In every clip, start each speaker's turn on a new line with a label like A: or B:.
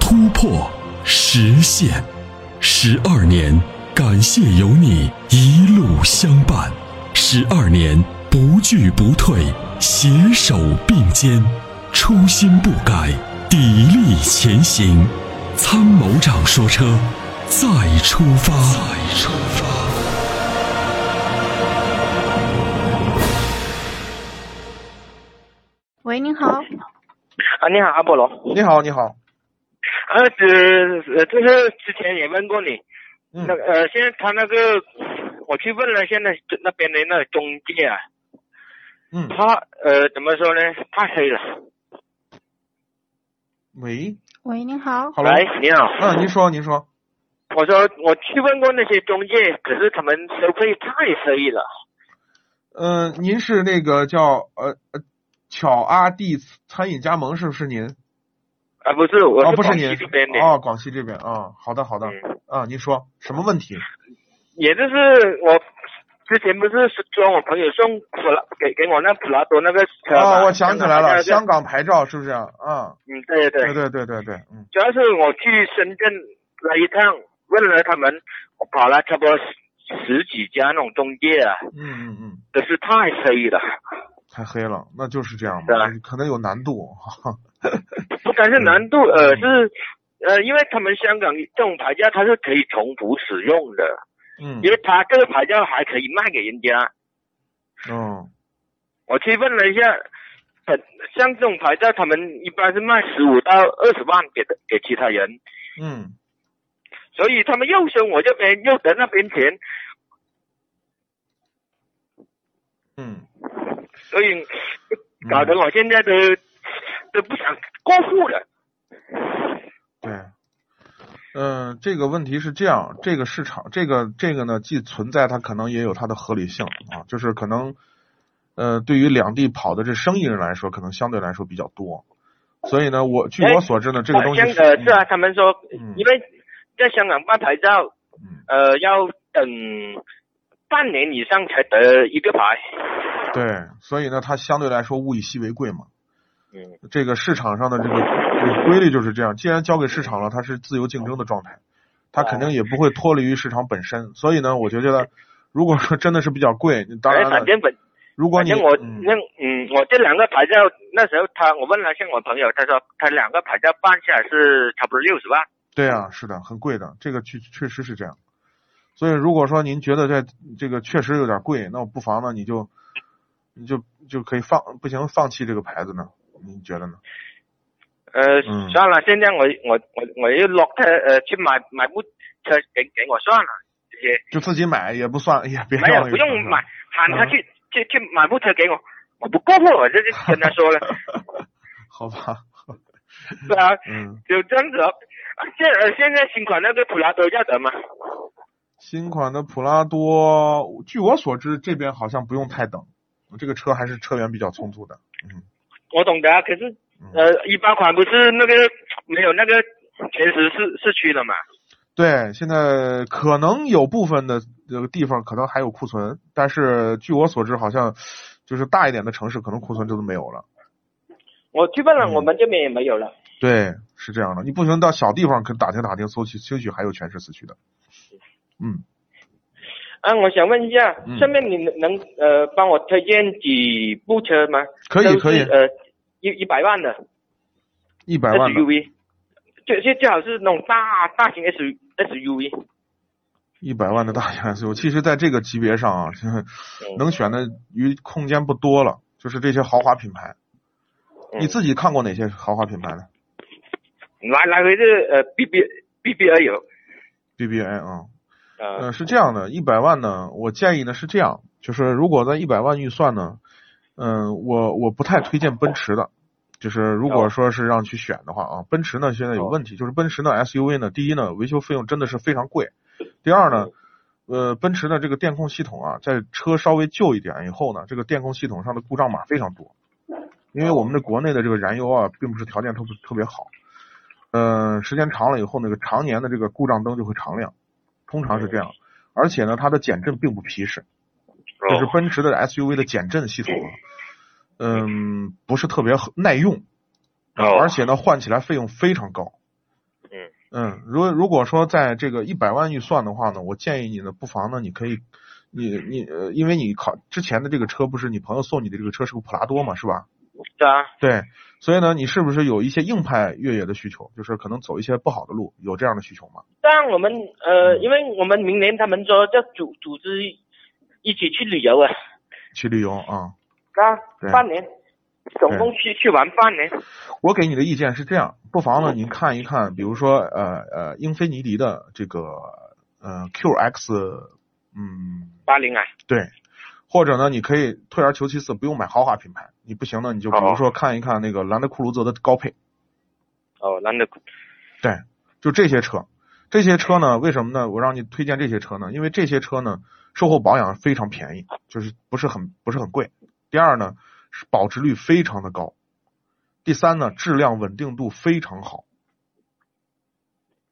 A: 突破、实现，十二年，感谢有你一路相伴，十二年不惧不退，携手并肩，初心不改，砥砺前行。”参谋长说：“车，再出发。”再出发。
B: 喂，您好，
C: 啊，你好，阿波罗。
D: 你好，你好，
C: 呃，是呃，就是之前也问过你，
D: 嗯
C: 那个呃，现在他那个，我去问了现在那边的那中介啊，
D: 嗯，
C: 他呃怎么说呢？太黑了。
D: 喂
B: 喂，您好，
D: ，Hello，
C: 喂，你好。
D: 嗯、您说，您说，
C: 我说我去问过那些中介，可是他们收费太黑了。
D: 嗯、您是那个叫呃呃巧阿弟餐饮加盟是不是您？
C: 啊，不是，我
D: 哦，
C: 是
D: 不是
C: 广
D: 您
C: 西这边的，
D: 哦，广西这边啊、好的，好的，
C: 嗯
D: 啊、您说什么问题？
C: 也就是我之前不是说我朋友送普拉给给我那普拉多那个车
D: 啊、
C: 嘛
D: 我想起来了，香
C: 港
D: 港牌照是不是？啊、
C: 那个，嗯，对对
D: 对对对对对，嗯，
C: 主要是我去深圳来一趟，问了他们，我跑了差不多十十几家那种中介啊，
D: 嗯嗯嗯，
C: 真是太黑了。
D: 太黑了，那就是这样吧
C: 是啊，
D: 可能有难度，哈哈，
C: 不但是难度，呃是，呃，因为他们香港这种牌照它是可以重复使用的，
D: 嗯
C: 因为它这个牌照还可以卖给人家。
D: 嗯
C: 我去问了一下，本像这种牌照，他们一般是卖十五到二十万给的给其他人，
D: 嗯，
C: 所以他们又收我这边又得那边钱，
D: 嗯
C: 所以
D: 嗯，
C: 搞得我现在都都不想过户了。
D: 对，嗯、这个问题是这样，这个市场，这个这个呢，既存在它可能也有它的合理性啊，就是可能，呃，对于两地跑的这生意人来说，可能相对来说比较多，所以呢，我据
C: 哎
D: 我所知呢，这个东西
C: 香呃是啊，他们说
D: 嗯
C: 因为在香港办牌照，
D: 嗯，
C: 呃要等半年以上才得一个牌。
D: 嗯对，所以呢，它相对来说物以稀为贵嘛，
C: 嗯，
D: 这个市场上的这个这个规律就是这样，既然交给市场了，它是自由竞争的状态，它肯定也不会脱离于市场本身，所以呢，我就觉得，如果说真的是比较贵，当然
C: 哎
D: 了。
C: 反正本
D: 如果
C: 反
D: 你
C: 正我
D: 嗯
C: 那嗯，我这两个牌照那时候他我问了像我朋友，他说他两个牌照办下来是差不多六十万。
D: 对啊，是的，很贵的，这个确确实是这样。所以如果说您觉得这这个确实有点贵，那我不妨呢你就你就就可以放不行放弃这个牌子呢？你觉得呢？
C: 呃，
D: 嗯
C: 算了，现在我我我我又落他呃去买买部车给给我算了，这些
D: 就自己买也不算，也别
C: 没有
D: 要那个
C: 不用
D: 牌子
C: 买，喊他
D: 嗯
C: 去、去去买部车给我，我不过户，我这就跟他 说了，
D: 好吧？
C: 是啊，
D: 嗯，
C: 就这样子啊。啊现呃现在新款那个普拉多要得吗？
D: 新款的普拉多，据我所知，这边好像不用太等，这个车还是车源比较充足的。嗯
C: 我懂得啊，可是
D: 嗯，
C: 呃一八款不是那个没有那个全时市市区了嘛？
D: 对，现在可能有部分的这个地方可能还有库存，但是据我所知，好像就是大一点的城市可能库存就都没有了。
C: 我去问了，
D: 嗯
C: 我们这边也没有了。
D: 对，是这样的。你不行到小地方可打听打听，搜去，兴许还有全市四驱的。嗯，
C: 啊，我想问一下，
D: 嗯
C: 下面你能能呃帮我推荐几部车吗？
D: 可以
C: 都是
D: 可以
C: 呃，一一百万的
D: 一百万的，
C: SUV，最最最好是那种大大型 S SUV。
D: 一百万的大型 SUV，其实在这个级别上啊，
C: 嗯
D: 能选的余空间不多了。就是这些豪华品牌，
C: 嗯
D: 你自己看过哪些豪华品牌呢
C: 来来回是呃 B B B B A 有，
D: ？BBA 啊、
C: 呃
D: 呃，是这样的，一百万呢，我建议呢是这样，就是如果在一百万预算呢，嗯、我我不太推荐奔驰的，就是如果说是让去选的话啊，奔驰呢现在有问题，就是奔驰呢 SUV 呢，第一呢维修费用真的是非常贵，第二呢，呃，奔驰的这个电控系统啊，在车稍微旧一点以后呢，这个电控系统上的故障码非常多，因为我们的国内的这个燃油啊，并不是条件特别特别好，呃，时间长了以后，那个常年的这个故障灯就会常亮，通常是这样，而且呢，它的减震并不皮实，就是
C: 哦，
D: 奔驰的 SUV 的减震系统啊，嗯，不是特别好耐用，
C: 哦
D: 而且呢，换起来费用非常高。
C: 嗯
D: 嗯，如果如果说在这个一百万预算的话呢，我建议你呢，不妨呢，你可以，你你呃，因为你考之前的这个车不是你朋友送你的这个车是个普拉多嘛，是吧？
C: 是啊，
D: 对，所以呢，你是不是有一些硬派越野的需求？就是可能走一些不好的路，有这样的需求吗？
C: 但我们呃，因为我们明年他们说要组组织一起去旅游啊，
D: 去旅游啊、对
C: 那半年，总共去去玩半年。
D: 我给你的意见是这样，不妨呢，您看一看，比如说呃呃，英菲尼迪的这个呃 QX，嗯，
C: 八零啊，
D: 对，或者呢，你可以退而求其次，不用买豪华品牌，你不行呢，你就比如说看一看那个兰德酷路泽的高配，
C: 哦，难得
D: 对，就这些车，这些车呢，为什么呢？我让你推荐这些车呢，因为这些车呢，售后保养非常便宜，就是不是很不是很贵。第二呢，是保值率非常的高。第三呢，质量稳定度非常好。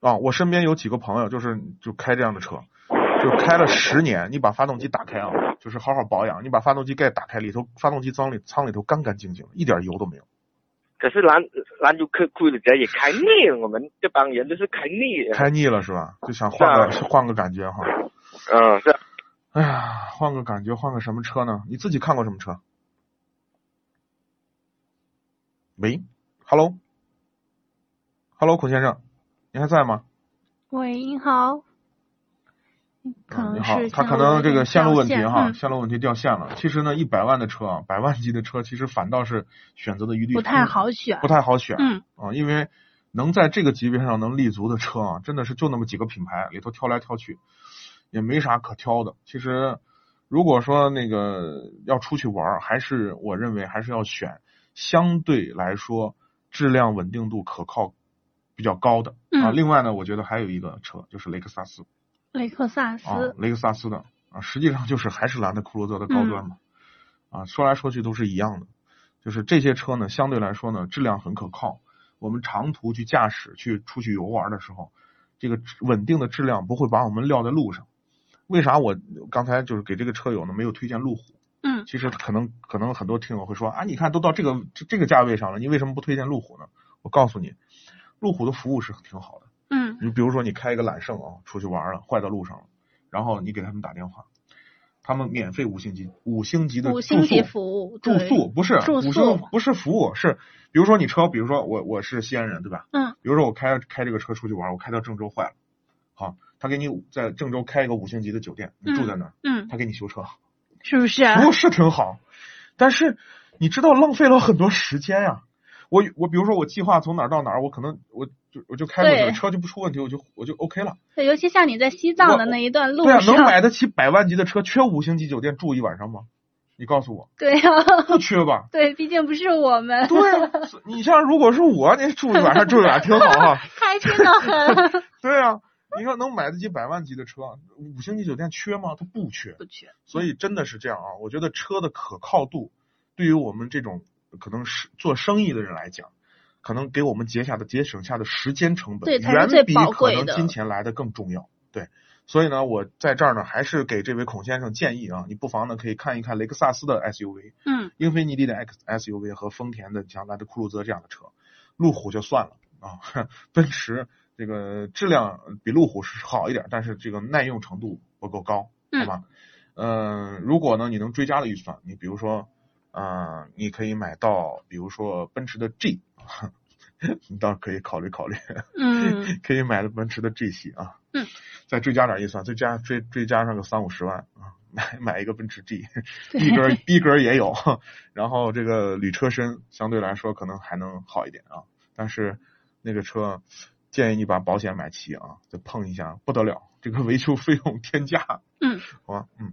D: 啊，我身边有几个朋友就是就开这样的车，就开了十年，你把发动机打开啊，就是好好保养，你把发动机盖打开，里头发动机舱里舱里头干干净净，一点油都没有。
C: 可是兰兰州客库里边也开腻了，我们这帮人都是开腻了。
D: 开腻了是吧？就想换
C: 是
D: 个换个感觉哈。
C: 嗯，是啊
D: 哎呀，换个感觉，换个什么车呢？你自己看过什么车？喂，Hello，Hello，孔先生，您还在吗？
B: 喂，你好。可
D: 嗯，你
B: 能
D: 好
B: 是，
D: 他
B: 线
D: 可
B: 路
D: 能
B: 有
D: 这
B: 点
D: 个线路
B: 掉
D: 问题哈，
B: 嗯
D: 线路问题掉线了。其实呢，一百万的车啊，百万级的车，其实反倒是选择的余地
B: 不太
D: 嗯
B: 好选
D: 不。太好选。
B: 嗯
D: 啊，因为能在这个级别上能立足的车啊，真的是就那么几个品牌，里头挑来挑去，也没啥可挑的。其实，如果说那个要出去玩儿，还是我认为还是要选相对来说质量稳定度可靠比较高的、啊。
B: 嗯，
D: 另外呢，我觉得还有一个车就是雷克萨斯
B: 雷克萨斯
D: 啊，，雷克萨斯的啊，实际上就是还是兰德酷路泽的高端嘛。啊，说来说去都是一样的，就是这些车呢，相对来说呢，质量很可靠。我们长途去驾驶、去出去游玩的时候，这个质稳定的质量不会把我们撂在路上。为啥我刚才就是给这个车友呢没有推荐路虎？
B: 嗯
D: 其实可能可能很多听友会说啊，你看都到这个这这个价位上了，你为什么不推荐路虎呢？我告诉你，路虎的服务是挺好的。
B: 嗯
D: 你比如说你开一个揽胜啊，出去玩了，坏到路上了，然后你给他们打电话，他们免费五星级五星级的
B: 五
D: 住
B: 星级
D: 宿
B: 服务
D: 住
B: 对
D: 宿不是
B: 住
D: 五星
B: 宿
D: 不是服务是，比如说你车，比如说我我是西安人对吧？
B: 嗯
D: 比如说我开开这个车出去玩，我开到郑州坏了，好，他给你在郑州开一个五星级的酒店，你住在那儿，
B: 嗯，
D: 他给你修车，
B: 是不是啊？
D: 服务是挺好，但是你知道浪费了很多时间呀、我我比如说我计划从哪儿到哪儿，我可能我就我就开过去了，
B: 对
D: 车就不出问题，我就我就 OK 了。
B: 对，尤其像你在西藏的
D: 我
B: 那一段路
D: 对啊，能
B: 上，
D: 买得起百万级的车，缺五星级酒店住一晚上吗？你告 诉我，
B: 对呀，？
D: 不缺吧
B: 对，毕竟不是我们，
D: 对啊，你像如果是我，你住一晚上住一晚上挺好哈、
B: 开心的很，
D: 对啊，你看能买得起百万级的车，五星级酒店缺吗？它不缺。
B: 不去。
D: 所以真的是这样啊，我觉得车的可靠度对于我们这种可能是做生意的人来讲，可能给我们节下的节省下的时间成本，
B: 对才是
D: 远
B: 最
D: 比
B: 宝
D: 可
B: 贵
D: 能
B: 的
D: 金钱来的更重要。对，所以呢，我在这儿呢，还是给这位孔先生建议啊，你不妨呢可以看一看雷克萨斯的 SUV，
B: 嗯
D: 英菲尼迪的 X SUV 和丰田的像兰德酷路泽这样的车，路虎就算了啊，奔驰这个质量比路虎是好一点，但是这个耐用程度不够高，好吧？嗯、如果呢你能追加的预算，你比如说，呃，你可以买到比如说奔驰的 G，你倒是可以考虑考虑，
B: 嗯，
D: 可以买的奔驰的 G 系啊，
B: 嗯，
D: 再追加点预算，再加追追加上个三五十万啊，买买一个奔驰 G。
B: 对
D: 逼格儿逼格儿也有，然后这个铝车身相对来说可能还能好一点啊，但是那个车建议你把保险买齐啊，再碰一下不得了，这个维修费用天价
B: 嗯。
D: 啊，嗯。